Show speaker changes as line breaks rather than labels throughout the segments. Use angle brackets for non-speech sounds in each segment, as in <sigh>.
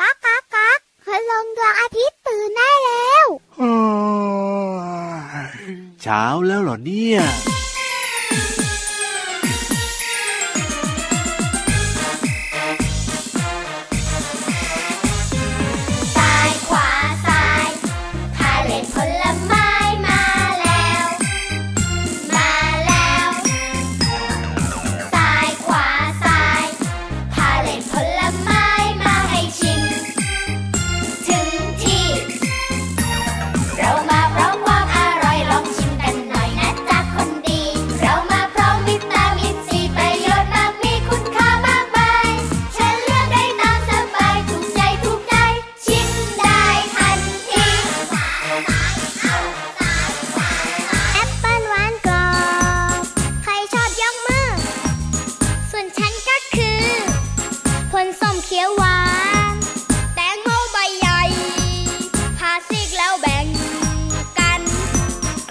ก๊ากก๊ากก๊ากคืลงดวงอาทิตย์ตื่นได้แล้ว
เช้าแล้วเหรอเนี่ย
ซ้ายขวาซ้ายพาเลทผลไม้มาแล้ว มาแล้วซ้ายขวาซ้ายพาเลทผลไม้มาให้ชิม ถึงที่ เรามาพร้อมความอร่อยลองชิมกันหน่อยนะจ๊ะคนดี เรามาพร้อมวิตามินซีประโยชน์มากมีคุณค่ามากมายฉันเลือกได้ตามสบายถูกใจถูกใจ ชิมได้ทันที
แอปเปิ้ลหวานกรอบ ใครชอบยกมือ ส่วนฉันก็คือผลส้มเขียวหวาน แตงโมใบใหญ่พาซีกแล้วแบ่งกัน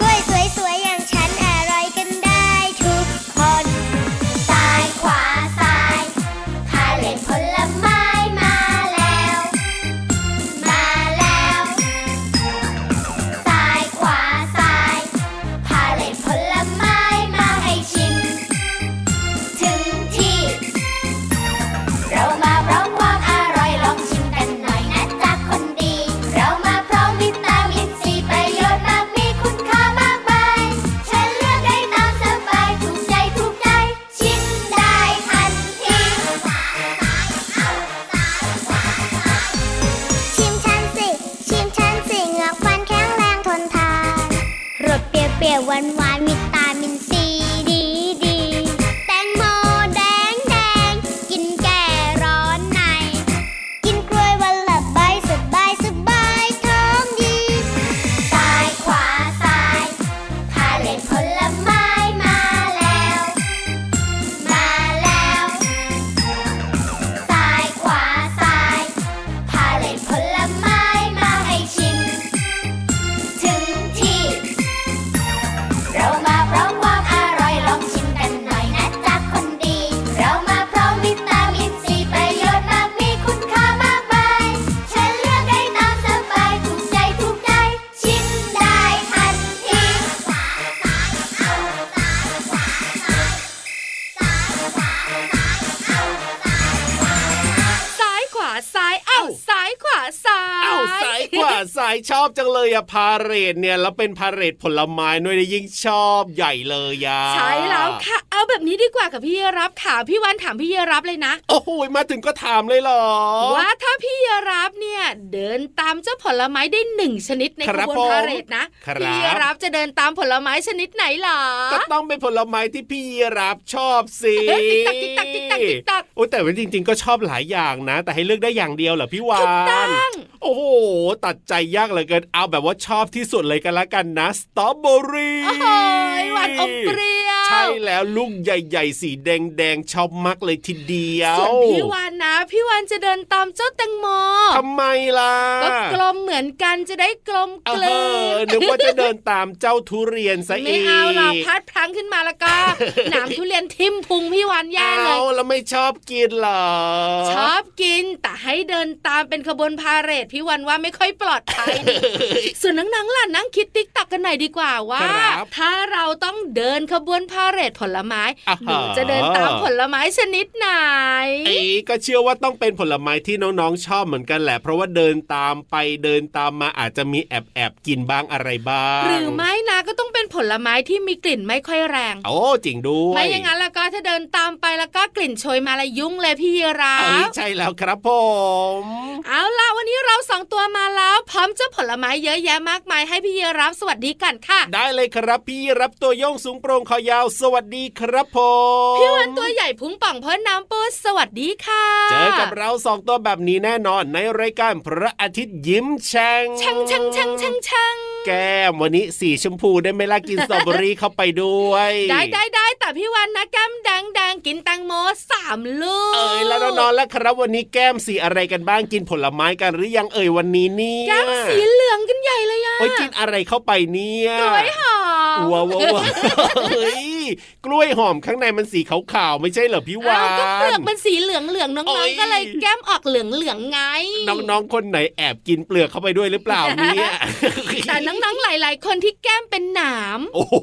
กล้วยสวยๆ อย่างฉันอร่อยกันได้ทุกคน
ซ้ายขวาซ้ายพาเลทผลไม้มาแล้ว มาแล้วซ้ายขวาซ้ายพาเลทผลไม้มาให้ชิม ถึงที่ เรามาพร้อมความอร่อยลองชิมกันหน่อยนะจ๊ะคนดี เรามาพร้อมวิตามินซีประโยชน์มากมีคุณค่ามากมายฉันเลือกได้ตามสบายถูกใจถูกใจ ชิมได้ทันที
ชิมฉันสิ ชิมฉันสิเหงือกฟันแข็งแรงทนทานรสเปรี้ยวๆหวานหวานๆวิตามินซีดีดีๆแตงโมแดงแดงๆกินแก่ร้อนใน กินกล้วยวันละใบสบายสบายท้องดี
ซ้ายขวาซ้ายพาเลทผลไม้มาแล้ว มาแล้วซ้ายขวาซ้ายพาเลทผลไม้มาให้ชิม ถึงที่ เรามาพร้อมความอร่อยลองชิมกันหน่อยนะจ๊ะคนดี เรามาพร้อมวิตามินซีประโยชน์มากมีคุณค่ามากมายฉันเลือกได้ตามสบายถูกใจถูกใจ ชิมได้ทันที
ซ้ายขวาซ้ายเอ้าซ้ายขวาซ้าย
เอ้าสายกว่าสายชอบจังเลยอะพาเหรดเนี่ยแล้วเป็นพาเหรดผลไม้ด้วยนะยิ่งชอบใหญ่เลยยา
ใช่แล้วค่ะ เอาแบบนี้ดีกว่ากับพี่รับค่ะพี่วันถามพี่รับเลยนะ
โอ้โหมาถึงก็ถามเลยเหรอ
ว่าถ้าพี่รับเนี่ยเดินตามเจ้าผลไม้ได้หนึ่งชนิดใน
ค
ข
รับบ
วน
ผม
พาเหรดนะครับ พี่รับจะเดินตามผลไม้ชนิดไหนหรอ
ก็ต้องเป็นผลไม้ที่พี่รับชอบสิ
เอ๊ะติ๊กตักติ๊กตักติ๊กตักติ๊กตัก
โอ้แต่ว่าจริง ๆ ก็ชอบหลายอย่างนะ แต่ให้เลือกได้อย่างเดียวเหรอพี่วา
ถูกต้อน ง
โอ้โห ตัดใจยากเหลือเกิน เอาแบบว่าชอบที่สุดเลยกันละกันนะ สตรอเบอรี่
โอ้โหหวานอมเปรี้ยว
ใช่แล้วลูกใหญ่ๆ สีแดงๆ ชอบมากเลยทีเดียว
ส่วนพี่วานนะ พี่วานจะเดินตามเจ้าแตงโม
ทำไมล่ะ
ก็กลมเหมือนกันจะได้กลม
เอ
เกลื
อนึกว่าจะเดินตามเจ้าทุเรียนซะอี
ไม่
ก
เอาหรอกพลาดพลั้งขึ้นมาแล้ว
<laughs>
ก็ หนามทุเรียนทิ่มพุงพี่วานแย่เล
เอา
ย
แล้วไม่ชอบกินเหรอ
ชอบกินแต่ให้เดินตามเป็นขบวนพาเหรดพี่วันว่าไม่ค่อยปลอดภัย
<laughs>
ดิส่วนนังๆล่ะนั่งคิดติ๊กตักกันหน่อยดีกว่าว่า
ครับ
ถ้าเราต้องเดินขบวนพาเหรดผลไม้
อ่าฮะ
หนูจะเดินตามผลไม้ชนิดไหน
เอ๊ะก็เชื่อว่าต้องเป็นผลไม้ที่น้องๆชอบเหมือนกันแหละ เพราะว่าเดินตามไปเดินตามมาอาจจะมีแอบแอบๆกินบ้างอะไรบ้าง
หรือไม่นะก็ต้องเป็นผลไม้ที่มีกลิ่นไม่ค่อยแรง
โอ้จริงด้วย
ไม่อย่างนั้นแล้วก็ถ้าเดินตามไปแล้วก็กลิ่นโชยมาละยุ่งเลยพี่ยีรา
เอ้ย
ฟ
ใช่แล้วครับผม
เอาล่ะวันนี้เราสองตัวมาแล้วพร้อมเจ้าผลไม้เยอะแยะมากมายให้พี่ยีราฟสวัสดีกันค่ะ
ได้เลยครับพี่รับตัวโยงสูงโปร่งคอยาว สวัสดีครับผม
พี่วันตัวใหญ่พุงป่องพ้นน้ำปูสวัสดีค่ะ
เจอกับเราสองตัวแบบนี้แน่นอนในรายการพระอาทิตย์ยิ้มแฉ่ง
ชังชังชังชังชัง
แก้มวันนี้สีชมพูได้ไหมล่ะกินสตรอเบอรี่เข้าไปด้วย
ได้ได้ได้แต่พี่วันนะแก้มแดงแดงกินแตงโมสามลูก
เอ่ยแล้วนอนๆแล้วครับวันนี้แก้มสีอะไรกันบ้างกินผลไม้กันหรือยังเอ่ยวันนี้เนี่ย
แก้มสีเหลืองกันใหญ่เลยอ่ะ
เอ้ยกินอะไรเข้าไปเนี่ย
กล้วยหอม
ว้าวว้าวว้าวเฮ้ย กล้วยหอมข้างในมันสีขาวๆไม่ใช่เหรอพี่วา
อ้าวก็เปลือก
น
มันสีเหลืองเหลืองๆน้
โอ้
อง
ย
ๆก็เลยแก้มออกเหลืองเหลืองๆไง
น้องๆคนไหนแอบกินเปลือกเข้าไปด้วย
<laughs>
หรือเปล่าเนี่ย
แต่น้องๆหลาย ๆ คนที่แก้มเป็นหนาม
โอ้โห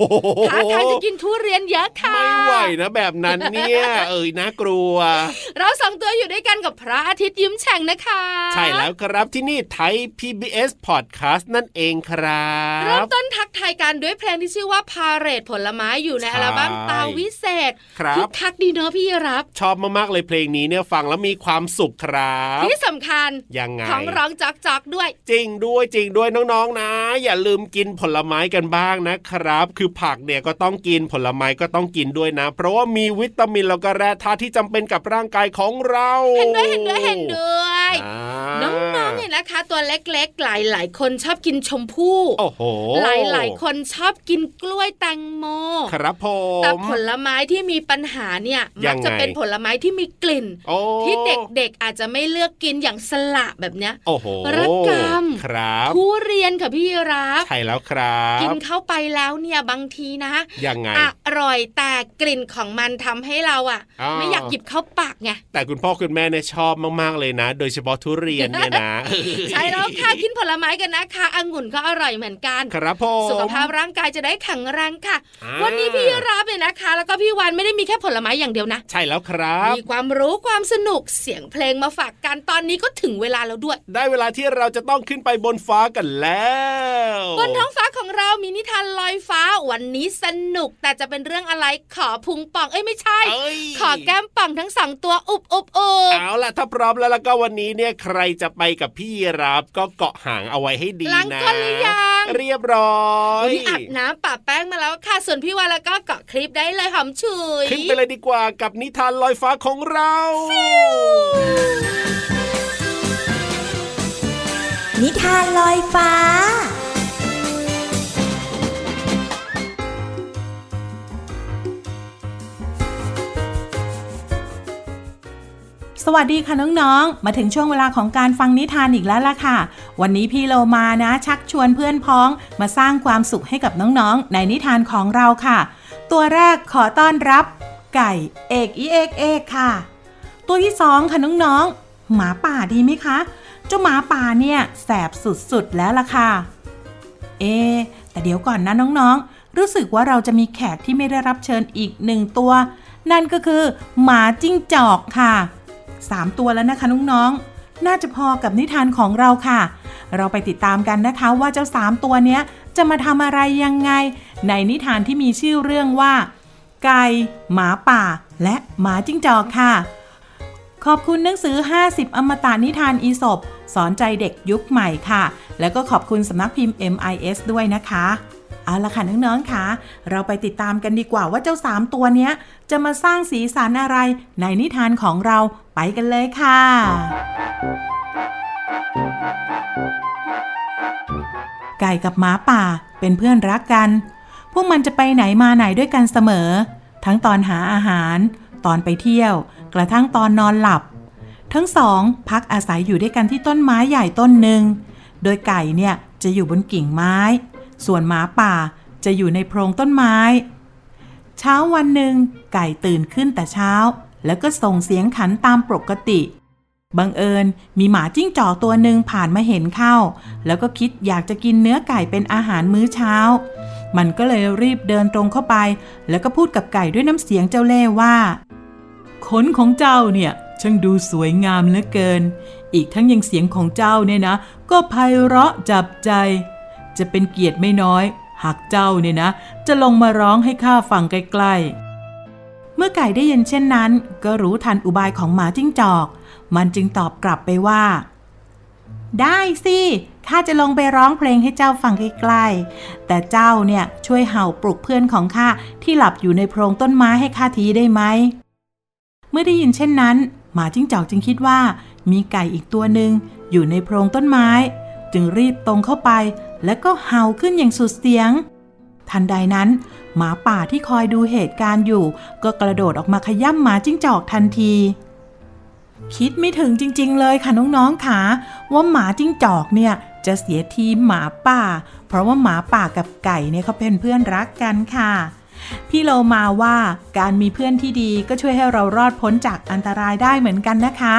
ท้าทายจะกินทุเรียนเยอะค่ะ
ไม่ไหวนะแบบนั้นเนี่ย
<laughs>
เอ้ยน่ากลัว
เราสองตัวอยู่ด้วยกันกับพระอาทิตย์ยิ้มแฉ่งนะคะ
ใช่แล้วครับที่นี่ไทย PBS Podcast นั่นเองครั
เริ่ม
บ
ต้นทักทายกันด้วยเพลงที่ชื่อว่าพาเรตผลไม้อยู่ใน
ใช่
อัลบั้มตาวิเศษ
ครั
คึ
บ
กคักดีเนาะพี่รับ
ชอบมากๆเลยเพลงนี้เนี่ยฟังแล้วมีความสุขครับ
ที่สำคัญ
ยังไง
ของร้องจอกจอกๆด้วย
จริงด้วยจริงด้วยน้องๆนะ อย่าลืมกินผลไม้กันบ้างนะครับ คือผักเนี่ยก็ต้องกินผลไม้ก็ต้องกินด้วยนะ เพราะว่ามีวิตามินแล้วก็แร่ธาตุที่จำเป็นกับร่างกายของเรา
เห็นด้วยเห็นด้วยเห็นด้วย
อ่า
น้องๆเนี่ยนะคะ ตัวเล็กๆ หลายๆ คนชอบกินชมพู่
โอ้โห
หลายๆ คนชอบกินกล้วยแตงโม
ครับผม
แต่ผลไม้ที่มีปัญหาเนี่ย
ยั
มั
งไง
จะเป็นผลไม้ที่มีกลิ่น
โอ้
ที่เด็กๆอาจจะไม่เลือกกินอย่างสละแบบเนี้ย
โอ้โห
ระกำ
ครับ
ทุเรียนค่ะพี่รับ
ใช่แล้วครับ
กินเข้าไปแล้วเนี่ยบางทีนะ
ยังไง
อร่อยแต่กลิ่นของมันทำให้เราอ่ะ
อ้าว
ไม่อยากหยิบเข้าปากไง
แต่คุณพ่อคุณแม่เนี่ยชอบมากๆเลยนะ โดยเฉพาะทุเรียนเนี่ยนะ
<laughs> ใช่แล้วค่ะกินผลไม้กันนะคะองุ่นก็อร่อยเหมือนกัน
ครับผม
สุขภาพร่างกายจะได้แข็งแรงค่ะ
อ่า
วันนี้พี่รับเนี่ยนะคะ แล้วก็พี่วานไม่ได้มีแค่ผลไม้อย่างเดียวนะ
ใช่แล้วครับ
มีความรู้ความสนุกเสียงเพลงมาฝากกันตอนนี้ก็ถึงเวลาแล้วด้วย
ได้เวลาที่เราจะต้องขึ้นไปบนฟ้ากันแล้ว
บนท้องฟ้าของเรามีนิทานลอยฟ้าวันนี้สนุกแต่จะเป็นเรื่องอะไรขอพุงป่องเอ้ยไม่ใช่
เอ้ย
ขอแก้มป่องทั้งสองตัวอุบอุบอุบ
เอาล่ะถ้าพร้อมแล้วแล้วก็วันนี้เนี่ยใครจะไปกับพี่รับก็เกาะหางเอาไว้ให้ดี
ล้าง
นะ
ก้นหรือยัง
เรียบร้อ
วัน
ย
นี้อาบน้ำปะแป้งมาแล้วค่ะ ส่วนพี่วานแล้วก็เกาะคลิปได้เลยหอมฉุย
ขึ้นไปเลยดีกว่ากับนิทานลอยฟ้าของเรา
นิทานลอยฟ้า สวัสดีค่ะน้องๆ มาถึงช่วงเวลาของการฟังนิทานอีกแล้วล่ะค่ะ วันนี้พี่โลมานะชักชวนเพื่อนพ้องมาสร้างความสุขให้กับน้องๆ ในนิทานของเราค่ะ ตัวแรกขอต้อนรับ ไก่เอกอีเอกเอกค่ะ ตัวที่สองค่ะน้องๆ หมาป่าดีไหมคะ เจ้าหมาป่าเนี่ยแสบสุดๆแล้วล่ะค่ะ เอะแต่เดี๋ยวก่อนนะน้องๆ รู้สึกว่าเราจะมีแขกที่ไม่ได้รับเชิญอีกหนึ่งตัว นั่นก็คือ หมาจิ้งจอกค่ะสามตัวแล้วนะคะน้องๆ น่าจะพอกับนิทานของเราค่ะ เราไปติดตามกันนะคะว่าเจ้าสามตัวเนี้ยจะมาทำอะไรยังไง ในนิทานที่มีชื่อเรื่องว่า ไก่ หมาป่า และหมาจิ้งจอกค่ะ ขอบคุณหนังสือ 50 อมตะนิทานอีสบสอนใจเด็กยุคใหม่ค่ะ แล้วก็ขอบคุณสำนักพิมพ์ MIS ด้วยนะคะ เอาละค่ะน้องๆค่ะ เราไปติดตามกันดีกว่าว่าเจ้า 3 ตัวเนี้ย จะมาสร้างสีสันอะไรในนิทานของเราไปกันเลยค่ะ ไก่กับหมาป่าเป็นเพื่อนรักกัน พวกมันจะไปไหนมาไหนด้วยกันเสมอ ทั้งตอนหาอาหาร ตอนไปเที่ยว กระทั่งตอนนอนหลับ ทั้งสองพักอาศัยอยู่ด้วยกันที่ต้นไม้ใหญ่ต้นหนึ่ง โดยไก่เนี่ยจะอยู่บนกิ่งไม้ ส่วนหมาป่าจะอยู่ในโพรงต้นไม้ เช้าวันหนึ่งไก่ตื่นขึ้นแต่เช้า แล้วก็ส่งเสียงขันตามปกติ บังเอิญมีหมาจิ้งจอกตัวหนึ่งผ่านมาเห็นเข้า แล้วก็คิดอยากจะกินเนื้อไก่เป็นอาหารมื้อเช้า มันก็เลยรีบเดินตรงเข้าไป แล้วก็พูดกับไก่ด้วยน้ำเสียงเจ้าเล่ห์ว่า ขนของเจ้าเนี่ยช่างดูสวยงามเหลือเกิน อีกทั้งยังเสียงของเจ้าเนี่ยนะ ก็ไพเราะจับใจ จะเป็นเกียรติไม่น้อย หากเจ้าเนี่ยนะ จะลงมาร้องให้ข้าฟังใกล้ๆ เมื่อไก่ได้ยินเช่นนั้น ก็รู้ทันอุบายของหมาจิ้งจอก มันจึงตอบกลับไปว่า ได้สิข้าจะลงไปร้องเพลงให้เจ้าฟังใกล้ๆ แต่เจ้าเนี่ยช่วยเห่าปลุกเพื่อนของข้าที่หลับอยู่ในโพรงต้นไม้ให้ข้าทีได้ไหม เมื่อได้ยินเช่นนั้น หมาจิ้งจอกจึงคิดว่า มีไก่อีกตัวหนึ่งอยู่ในโพรงต้นไม้ จึงรีบตรงเข้าไป แล้วก็เห่าขึ้นอย่างสุดเสียง ทันใดนั้น หมาป่าที่คอยดูเหตุการณ์อยู่ ก็กระโดดออกมาขย้ำหมาจิ้งจอกทันที คิดไม่ถึงจริง ๆ เลยค่ะน้องๆค่ะว่าหมาจิ้งจอกเนี่ยจะเสียทีมหมาป่า เพราะว่าหมาป่ากับไก่เนี่ยเขาเป็นเพื่อนรักกันค่ะ พี่โลมาว่าการมีเพื่อนที่ดีก็ช่วยให้เรารอดพ้นจากอันตรายได้เหมือนกันนะคะ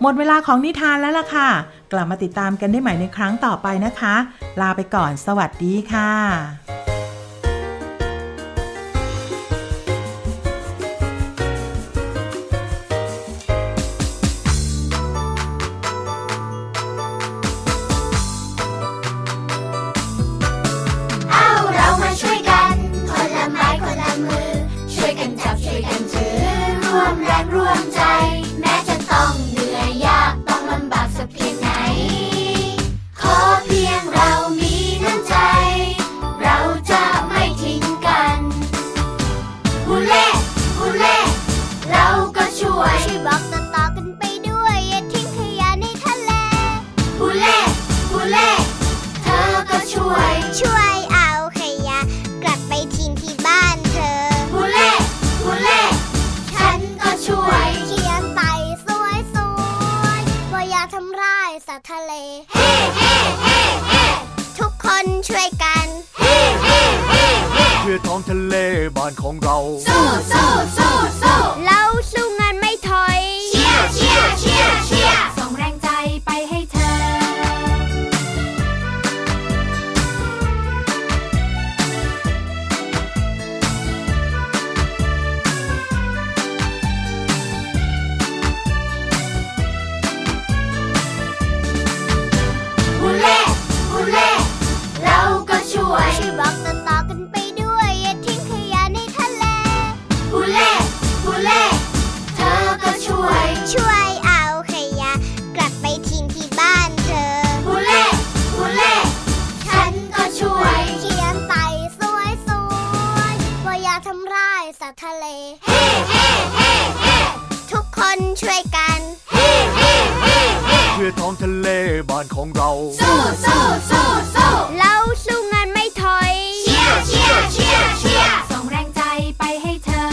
หมดเวลาของนิทานแล้วล่ะค่ะ กลับมาติดตามกันได้ใหม่ในครั้งต่อไปนะคะ ลาไปก่อนสวัสดีค่ะ
เอาเรามาช่วยกัน คนละไม้คนละมือ ช่วยกันจับช่วยกันถือ ร่วมแรงร่วมใจ แม้จะต้องเหนื่อยยากต้องลำบากสักเพียงไหน ขอเพียงเรามีน้ำใจ เราจะไม่ทิ้งกันฮูเล่ฮูเล่เราก็ช่วย
ช่วยบอกต่อๆกันไปด้วย อย่าทิ้งขยะในทะเล
ฮูเล่ฮูเล่เธอก็ช่วย
ช่วยเอาขยะ กลับไปทิ้งที่บ้านเธอ
ฮูเล่ฮูเล่ฉันก็ช่วย
เขียนไปสวยสวยว่าอย่าทำร้ายสัตว์ทะเล
เฮ้เฮ้เฮ้เฮ้
ทุกคนช่วยกัน
เฮ้เฮ้เฮ้เฮ้
เพื่อท้องทะเลบ้านของเรา
สู้สู้สู้สู้
เราสู้งานไม่ถอย
เชียร์เชียร์เชียร์เชียร์ส่งแรงใจไปให้เธอ ฮูเล่ฮูเล่เราก็ช่วย
ช่วยบอกต่อๆกันไปด้วย อย่าทิ้งขยะในทะเล
ฮูเล่ฮูเล่เธอก็ช่วย
ช่วยเอาขยะ กลับไปทิ้งที่บ้านเธอ
ฮูเล่ฮูเล่ฉันก็ช่วย
เขียนไปสวยสวยว่าอย่าทำร้ายสัตว์ทะเล
เฮ้เฮ้เฮ้เฮ้
ทุกคนช่วยกัน
เฮ้เฮ้เฮ้เฮ้
เพื่อท้องทะเลบ้านของเรา
สู้สู้สู้สู้
เราสู้งานไม่ถอย
เชียร์เชียร์เชียร์เชียร์ส่งแรงใจไปให้เธอ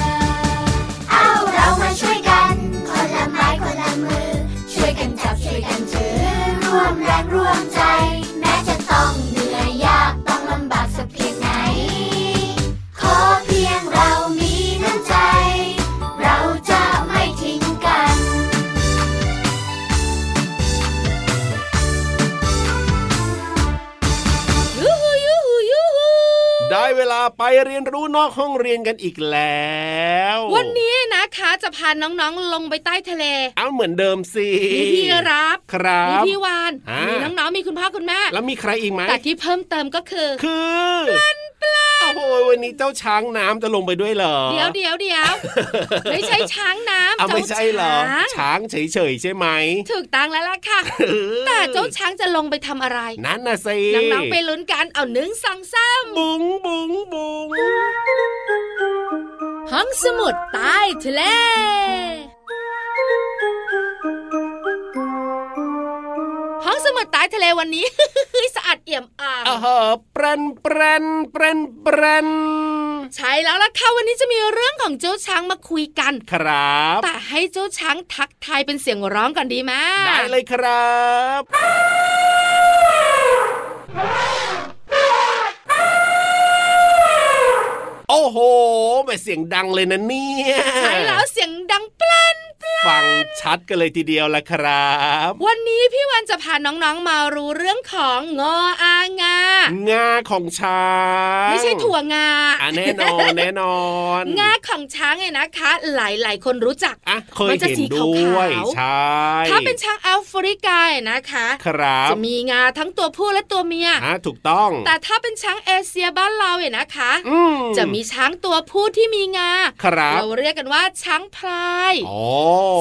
เอาเรามาช่วยกัน คนละไม้คนละมือ ช่วยกันจับช่วยกันถือ ร่วมแรงร่วมใจ แม้จะต้องเหนื่อยยากต้องลำบากสักเพียงไหน ขอเพียงเรามีน้ำใจ เราจะไม่ทิ้งกัน
ยูฮูยูฮูยูฮู
ได้เวลาไปเรียนรู้นอกห้องเรียนกันอีกแล้ว
วันนี้นะคะจะพาน้องๆลงไปใต้ทะเล
เอาเหมือนเดิมสิ
มีพี่รับ
ครั
มี
บ
พี่วาน
อ่ามี
มีน้องๆมีคุณพ่อคุณแม่
แล้วมีใครอีกไหม
แต่ที่เพิ่มเติมก็คือ
คือโอ้โหวันนี้เจ้าช้างน้ำจะลงไปด้วยเหรอ
เดี๋ยวเดี๋ยวเดี๋ยว ไม่ใช่ช้างน้ำ
เอาไม่ใช่เหรอ
เจ้าช้าง
ช้างเฉยๆใช่ไหม
ถูกต้องแล้วล่ะค่ะ
เออ
แต่เจ้าช้างจะลงไปทำอะไร
นั่นน่ะสิ
น้องๆไปลุ้นกันเอาหนึ่งสองสาม
บุ๋งบุ๋งบุ๋ง
ห้องสมุดใต้ทะเล ห้องสมุดใต้ทะเลวันนี้ <laughs> สะอาดเอี่ยมอ่าม
เออเปรนเปรนเปรนเปรน
ใช่แล้วล่ะค่ะวันนี้จะมีเรื่องของเจ้าช้างมาคุยกัน
ครับ
แต่ให้เจ้าช้างทักทายเป็นเสียงร้องก่อนดีไหม
ได้เลยครับ โอ้โหแม่เสียงดังเลยนะเนี่ย
ใช่แล้วเสียงดังแปลัน
ฟังชัดกันเลยทีเดียวละครับ
วันนี้พี่วันจะพาน้องๆมารู้เรื่องของงออางา
งาของช้าง
ไม่ใช่ถั่วงา
อ่ะแน่นอนแน่นอน
<laughs> งาของช้างเนี่ยนะคะ หลายๆ คนรู้จัก
อ่ะเค
มั
ย
นจะ
เห็น
สีขาวๆ
ด้วยใช่
ถ้าเป็นช้างแอฟริกาเนี่ยนะคะ
ครับ
จะมีงาทั้งตัวผู้และตัวเมีย
อ่ะถูกต้อง
แต่ถ้าเป็นช้างเอเชียบ้านเราเนี่ยนะคะ
อืม
จะมีช้างตัวผู้ที่มีงา
ครับ
เราเรียกกันว่าช้างพลาย
อ๋อ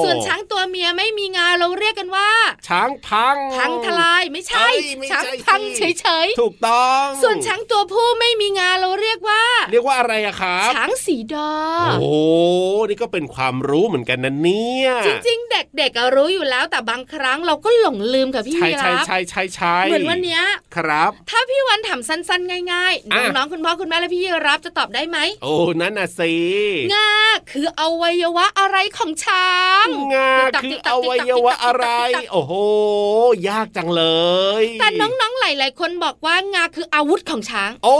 ส่วนช้างตัวเมียไม่มีงาเราเรียกกันว่า
ช้างพัง
พังทลายไม่ใช่
เอ้ยไม่ใช่
ช้างพัง
สิ
เฉย
ถูกต้อง
ๆ ส่วนช้างตัวผู้ไม่มีงาเราเรียกว่า
เรียกว่าอะไรอะครับ
ช้างสีดอ
โอ้ นี่ก็เป็นความรู้เหมือนกันนะเนี่ย
จริงๆ เด็กๆอะรู้อยู่แล้วแต่บางครั้งเราก็หลงลืมค่ะพี่
ใช่
ยี
ใช่
รับ
ใช่ใช่ใช่
เหมือนวันเนี้ย
ครับ
ถ้าพี่วันถามสั้นๆ ง่ายๆ
อ่ะ
น้องๆ คุณพ่อคุณแม่และพี่ยีรับจะตอบได้ไหม
โอ้ นั่นน่ะสิ
งาคืออวัยวะอะไรของช้าง ช้าง
งาคืออวัยวะอะไร โอ้โห ยากจังเลย
แต่น้องๆ หลาย ๆ คนบอกว่างาคืออาวุธของช้าง
โอ้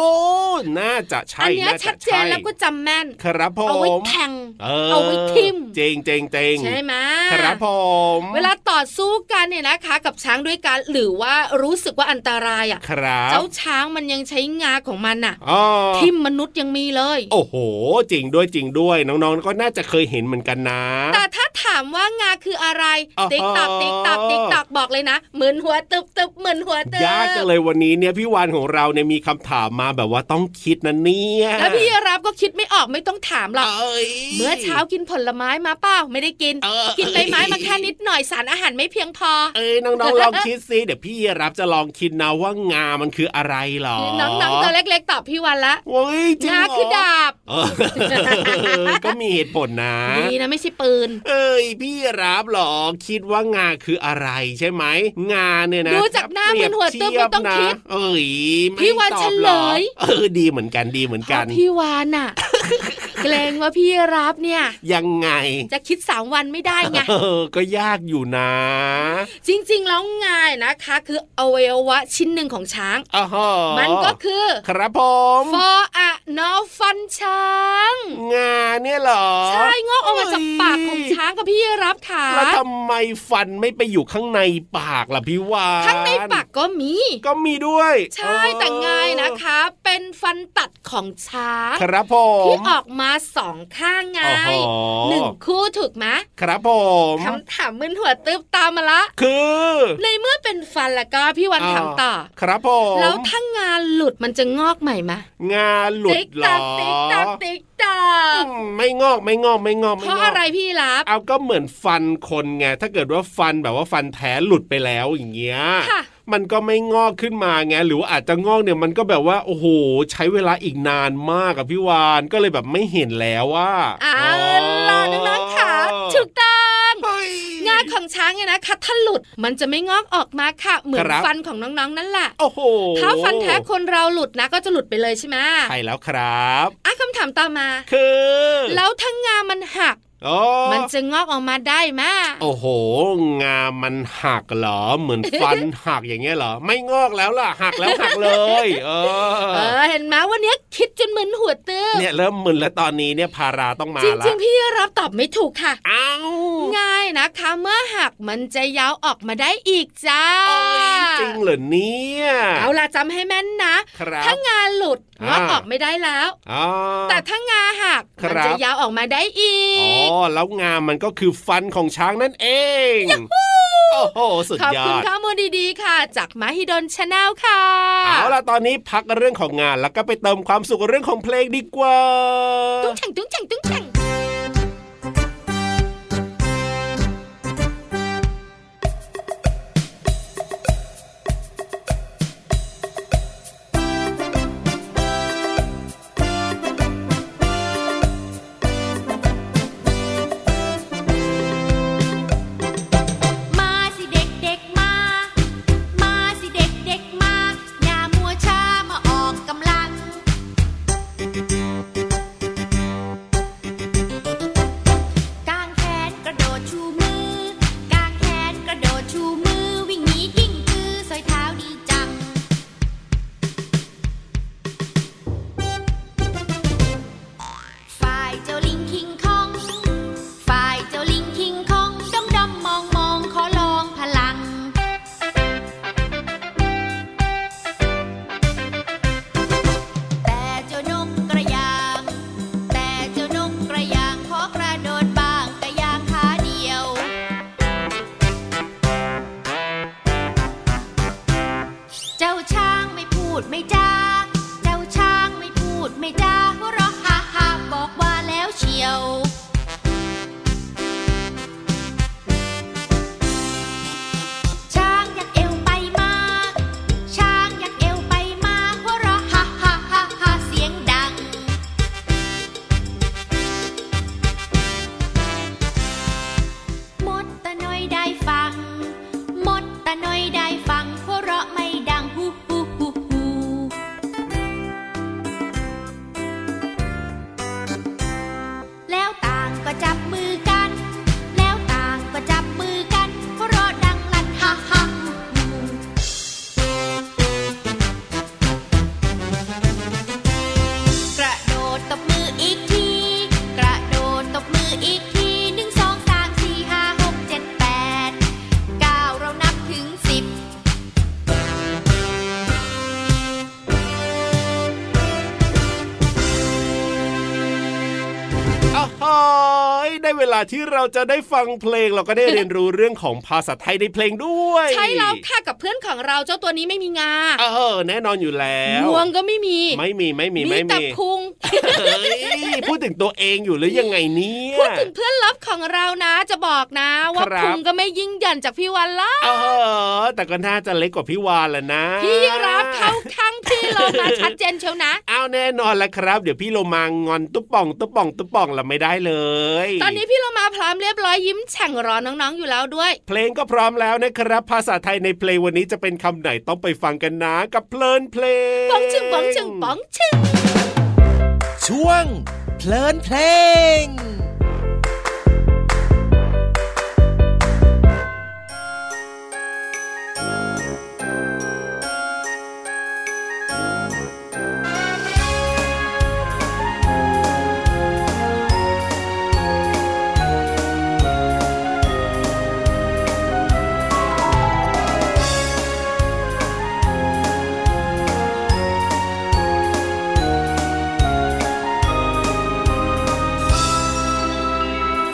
น่าจะใช่
อันเนี้ย
าะ
ชัดเจน
ใช่
แล้วก็จำแม่น
ครับผม
เอาไว้แทง
เอ
เอาไว้ทิ่ม
เจงเจงเจง
ใช่ไหม
ครับผม
เวลาต่อสู้กันเนี่ยนะคะ กับช้างด้วยกันหรือว่ารู้สึกว่าอันตรายอ่ะ
ครับ
เจ้าช้างมันยังใช้งาของมันน่ะ
อ๋อ
ทิมมนุษย์ยังมีเลย
โอ้โห จริงด้วยจริงด้วย น้องๆ ก็น่าจะเคยเห็นเหมือนกันนะ
แต่ถ้าถามว่างาคืออะไร
อ่าฮะ
ติ๊กตอกติ๊กตอกติ๊กตอกบอกเลยนะเหมือนหัวตึบตึบเหมือนหัวตึบ
ยากจังเลยวันนี้เนี่ยพี่วานของเราเนี่ยมีคำถามมาแบบว่าต้องคิดนะเนี่ย
แล้วพี่รับก็คิดไม่ออกไม่ต้องถามหรอก
เอ้ย
เมื่อเช้ากินผลไม้มาเปล่าไม่ได้กิน
เออ
กินใบไม้มาแค่นิดหน่อยสารอาหารไม่เพียงพอ
เอ้ยน้องๆลองคิดสิเดี๋ยวพี่รับจะลองคิดนะว่างามันคืออะไรหรอ
น้องๆตัวเล็กๆตอบพี่วันละ
โอ้ยจริง
งา
เหร
คือดาบ
เออก็มีเหตุผลนะ
ดีนะไม่ใช่ปืน
เอ้ยพี่รับหรอคิดว่างาคืออะไรใช่ไหมงาเนี่ยนะ
ดูจากหน้า
ถ้เปรียบ
มึนหัวตึ๊บ
เทีย
ไม่ต้อง
นะ
คิด
เอ้ยไม่
พี่วาน
ต
เฉ
อบหรอ
ลย
เออดีเหมือนกันดีเหมือน
เพ
กั
ราะ
น
พี่วานอะ <laughs> เกรงว่าพี่รับเนี่ย
ยังไง
จะคิดสามวันไม่ได้ไง
เออก็ยากอยู่นะ
จริงๆ แล้วงายนะคะ คืออวัยวะชิ้นหนึ่งของช้าง
อ๋อฮะ
มันก็คือ
ครับผม
ฟออะนอฟันช้าง
งาเนี่ยเหรอ
ใช่งอกออกมาจากปากของช้างกับพี่รับค่ะ
แล้วทำไมฟันไม่ไปอยู่ข้างในปากล่ะพี่วาน
ข้างในปากก็มี
ก็มีด้วย
ใช่แต่งายนะคะ เป็นฟันตัดของช้าง
ครับผม
ที่ออกมาสองข้างไง
โอ้โห
หนึ่งคู่ถูกไหม
ครับผม
คำถามมึนหัวตึ๊บตามมาละ
คือ
ในเมื่อเป็นฟันแล้วก็พี่วันถามต่อ
ครับผม
แล้วถ้างานหลุดมันจะงอกใหม่ไหม
งาหลุด
ติ๊ก
เหร
ตั
อก
ติ๊กตักติ๊กตั
อื
ก
มไม่งอกไม่งอกไม่งอก
เพ
ม่ง
ราะ
ก
อะไรพี่รับ
เอาก็เหมือนฟันคนไงถ้าเกิดว่าฟันแบบว่าฟันแท้หลุดไปแล้วอย่างเงี้ย
ค่ะ
มันก็ไม่งอกขึ้นมาไงหรือว่าอาจจะงอกเนี่ยมันก็แบบว่าโอ้โหใช้เวลาอีกนานมากอะพี่วานก็เลยแบบไม่เห็นแล้วว่า
เอาล่ะน้องๆค่ะถูกต้องงานของช้างเนี่ยนะคะถ้าหลุดมันจะไม่งอกออกมาค่ะ เหมือนฟันของน้องๆนั่นแหละ
โอ้โห
ถ้าฟันแท้คนเราหลุดนะก็จะหลุดไปเลยใช่ไหม
ใช่แล้วครับ
อ่ะคำถามต่อมา
คือ
แล้วถ้างามันหัก
อ๋อ
มันจะงอกออกมาได้ไหม
โอ้โห งามันหักเหรอ เหมือนฟัน หักอย่างเงี้ยเหรอ ไม่งอกแล้วล่ะ หักแล้วหักเลย เอ
เอ
อ
อเห็นไหมวันนี้คิดจนเหมือนหัวตื้อ
เนี่ยเริ่มมึนแล้วตอนนี้เนี่ยพาราต้องมา
จ
ละ
ริงๆ พี่รับตอบไม่ถูกค่ะ
เอ้า
ง่ายนะคะเมื่อหักมันจะยาวออกมาได้อีกจ้า
เอ้ยจริงเหรอเนี่ย
เอาล่ะจำให้แม่นนะ
ครับ
ถ้างานหลุดงอก
อ่า
ออกไม่ได้แล้ว
อ๋อ
แต่ถ้างาหัก
ครั
มั
บ
จะยาวออกมาได้อี
อ๋อก แล้วงามันก็คือฟันของช้างนั่นเอง โอ้โห สุด
ขอบ
ย
คุณ
อด
ข้อมูลดีๆค่ะ จากมาฮิดนชาแนลค่ะ
เอาล่ะตอนนี้พักเรื่องของงานแล้วก็ไปเติมความสุขเรื่องของเพลงดีกว่า
ตุ้งแข่งตุ้งแข่งตุ้งแข่ง
มาสิเด็กๆมา มาสิเด็กๆมา อย่ามัวช้ามาออกกำลัง กางแขนกระโดดชูมือ กางแขนกระโดดชูมือ วิ่งหนีกิ้งกือสอยเท้าดีจัง ฝ่ายเจ้าลิงคิงคอง ฝ่ายเจ้าลิงคิงคองด้อมด้อมมองมองขอลองพลัง แต่เจ้านกกระยาง แต่เจ้านกกระยางขอกระโดดบ้างกระยางขาเดียว เจ้าช้างไม่พูดไม่จา เจ้าช้างไม่พูดไม่จาหัวเราะฮ่าฮ่าบอกว่าแล้วเชียว ช้างอยากเอวไปมา ช้างอยากเอวไปมาหัวเราะฮ่าฮ่าฮ่าฮ่าเสียงดัง มดตะน้อยได้ฟัง มดตะน้อยได้ฟังหัวเราะไม่ดังฮู้ฮู้ฮู้ฮู้แล้วตา
เวลาที่เราจะได้ฟังเพลง เราก็ได้เรียนรู้เรื่องของภาษาไทยในเพลงด้วย
ใช่แล้วค่ะกับเพื่อนของเราเจ้าตัวนี้ไม่มีงา
เออแน่นอนอยู่แล้ว
งวงก็ไม่มี
ไม่มีไม่มีไม่
แต่
มี
พุง
เฮ้ยพูดถึงตัวเองอยู่หรือยังไงเนี่ย
พูดถึงเพื่อนลับของเรานะจะบอกนะ ว่า
ครับ
พุงก็ไม่ยิ่งหย่อนจากพี่วันละ
เออแต่ก็น่าจะเล็กกว่าพี่วานแหละนะ
พี่รับเข้าข้างพี่โลมาชัดเจนเชียวนะ
เอาแน่นอนละครับ เดี๋ยวพี่โลมางอนตุ๊บป่องตุ๊บป่องตุ๊บป่องละไม่ได้เลย
ตอนนี้พี่โลมาพร้อมเรียบร้อยยิ้มแฉ่งรอน้องๆอยู่แล้วด้วย
เพลงก็พร้อมแล้วนะครับ ภาษาไทยในเพลงวันนี้จะเป็นคำไหนต้องไปฟังกันนะ กับเพลินเพลง
ป๋องชึงป๋องชึงป๋องชึง
ช่วง เพลินเพลง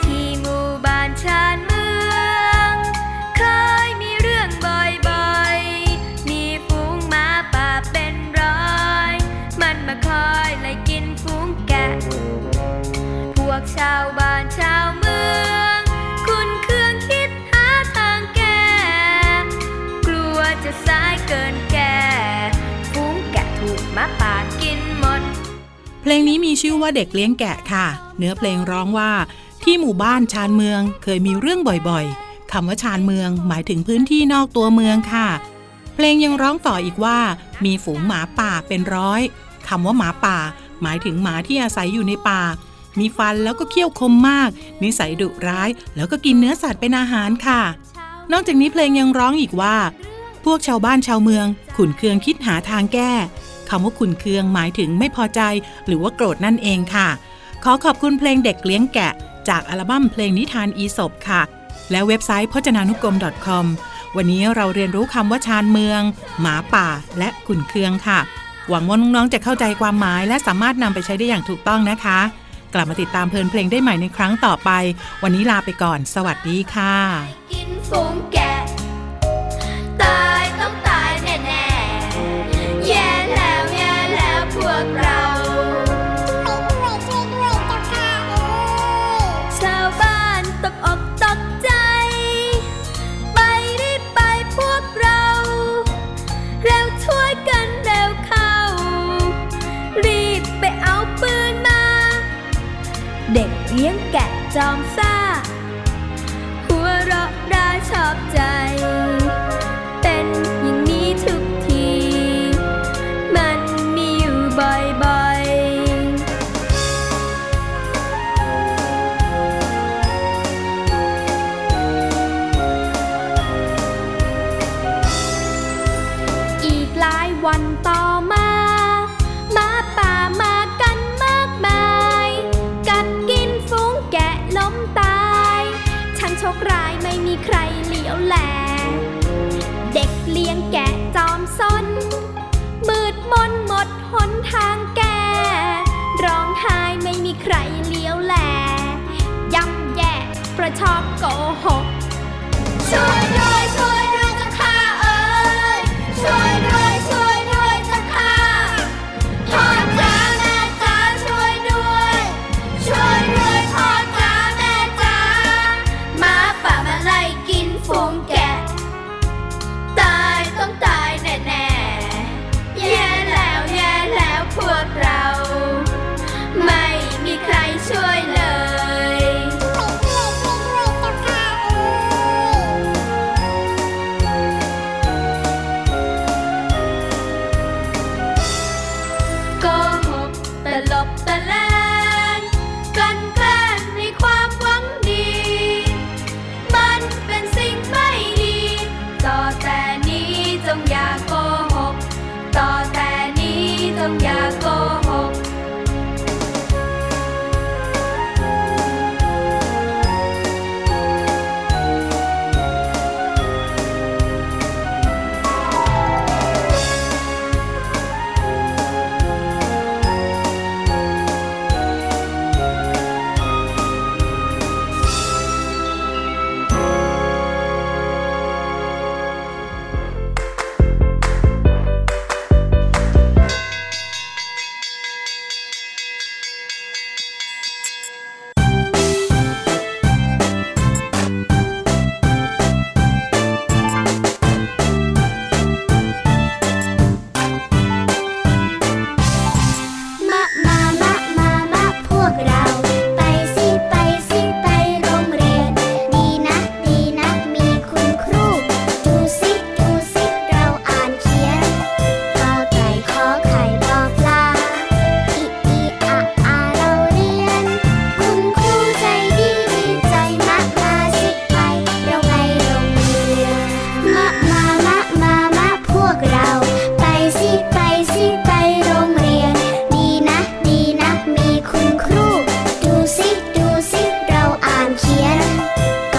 ที่หมู่บ้านชานเมือง เคยมีเรื่องบ่อยๆ มีฝูงหมาป่าเป็นร้อย มันมาคอยไล่กินฝูงแกะ พวกชาวบ้านชาวเมือง คุณเครื่องคิดหาทางแก้ กลัวจะสายเกินแก่ ฝูงแกะถูกหมาป่ากินหมด
เพลงนี้มีชื่อว่าเด็กเลี้ยงแกะค่ะ เนื้อเพลงร้องว่าที่หมู่บ้านชานเมืองเคยมีเรื่องบ่อยๆคำว่าชานเมืองหมายถึงพื้นที่นอกตัวเมืองค่ะ เพลงยังร้องต่ออีกว่า มีฝูงหมาป่าเป็นร้อยคำว่าหมาป่า หมายถึงหมาที่อาศัยอยู่ในป่า มีฟันแล้วก็เขี้ยวคมมาก นิสัยดุร้าย แล้วก็กินเนื้อสัตว์เป็นอาหารค่ะ นอกจากนี้เพลงยังร้องอีกว่า พวกชาวบ้านชาวเมือง ขุนเคืองคิดหาทางแก้คำว่าขุนเคืองหมายถึงไม่พอใจ หรือว่าโกรธนั่นเองค่ะ ขอขอบคุณเพลงเด็กเลี้ยงแกะ จากอัลบั้มเพลงนิทานอีสบค่ะ และเว็บไซต์พจนานุกรม .com วันนี้เราเรียนรู้คำว่าชานเมือง หมาป่า และขุนเคืองค่ะ หวังว่าน้องๆจะเข้าใจความหมายและสามารถนำไปใช้ได้อย่างถูกต้องนะคะ กลับมาติดตามเพลินเพลงได้ใหม่ในครั้งต่อไป วันนี้ลาไปก่อน สวัสดีค่ะ
กินฝูงแกะ ตายต้องตายแน่ๆ แย่แล้วแย่แล้วพวกเรา ชาวบ้านตกอกตกใจ ไปรีบไปพวกเรา เราช่วยกันเร็วเข้า รีบไปเอาปืนมา เด็กเลี้ยงแกะจอมซ่า หัวเราะได้ชอบใจ เป็นอย่างนี้ทุกที มันมีอยู่บ่อยๆ อีกหลายวันต่อมาหมาป่ามากันมากมาย กัดกินฝูงแกะล้มตายช่างโชคร้ายไม่มีใครเหลียวแล เด็กเลี้ยงแกะจอมซน มืดมนหมดหนทางแก่ร้องไห้ไม่มีใครเหลียวแลย่ำแย่เพราะชอบโกหก ช่วยด้วยช่วยด้วยจะฆ่าเอ้ยช่วยด้วยช่วยด้วยจะฆ่าพ่อจ๋าแม่จ๋าช่วยด้วย ช่วยด้วยพ่อจ๋าแม่จ๋าหมาป่ามาไล่กินฝูงแกะ ตายต้องตายแน่ๆแย่แล้วแย่แล้วพวกเรา ไม่มีใครช่วยเลย
Bye.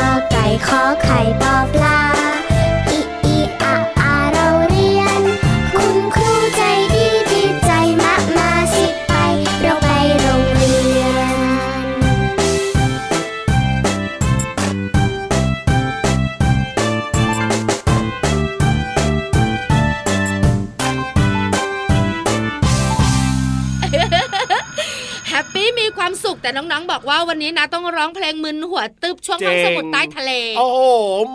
ปอปลา อีอีอาอาเราเรียน คุณครูใจดีดีใจมากมาสิไป เราไปโรงเรียน
แฮปปี้มีความสุขแต่น้องๆ บอกว่าวันนี้นะต้องร้องเพลงมึนหัวตึบช่วงห้อง
เจ๋ง
สมุดใต้ทะเล
โอ้โห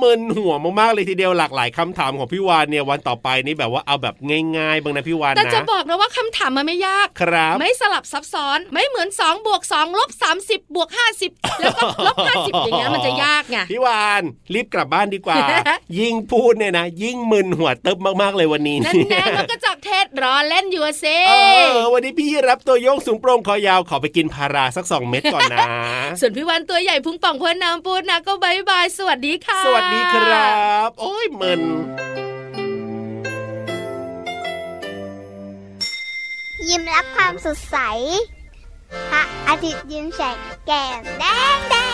มึนหัวมากๆเลยทีเดียวหลากหลายคำถามของพี่วานเนี่ยวันต่อไปนี่แบบว่าเอาแบบง่ายๆบ้างนะพี่วาน
แต่
นะ
จะบอกนะว่าคำถามมันไม่ยาก
ครับ
ไม่สลับซับซ้อนไม่เหมือน2บวก2ลบ30บวก50 แล้วก็ลบ50 อย่างเงี้ยมันจะยากไง
พี่วานรีบกลับบ้านดี
<laughs>
กว่า ยิ่งพูดเนี่ยนะ ยิ่งมึนหัวเติบมากๆเลยวันนี้
นั่นแน่นกกระจอกเทศรอเล่นอยู่อะสิ
เออวันนี้พี่รับตัวโยงสูงโปร่งคอยาวขอไปกินพาราสักสองเม็ดก่อนนะ
ส่วนพี่วันตัวใหญ่พุงป่องพวนน้ำปูดนะก็บายบาย สวัสดีค่ะ
สวัสดีครับ โอ้ยมึน
ยิ้มรับความสดใส พระอาทิตย์ยิ้มแฉกแก้มแดงแดง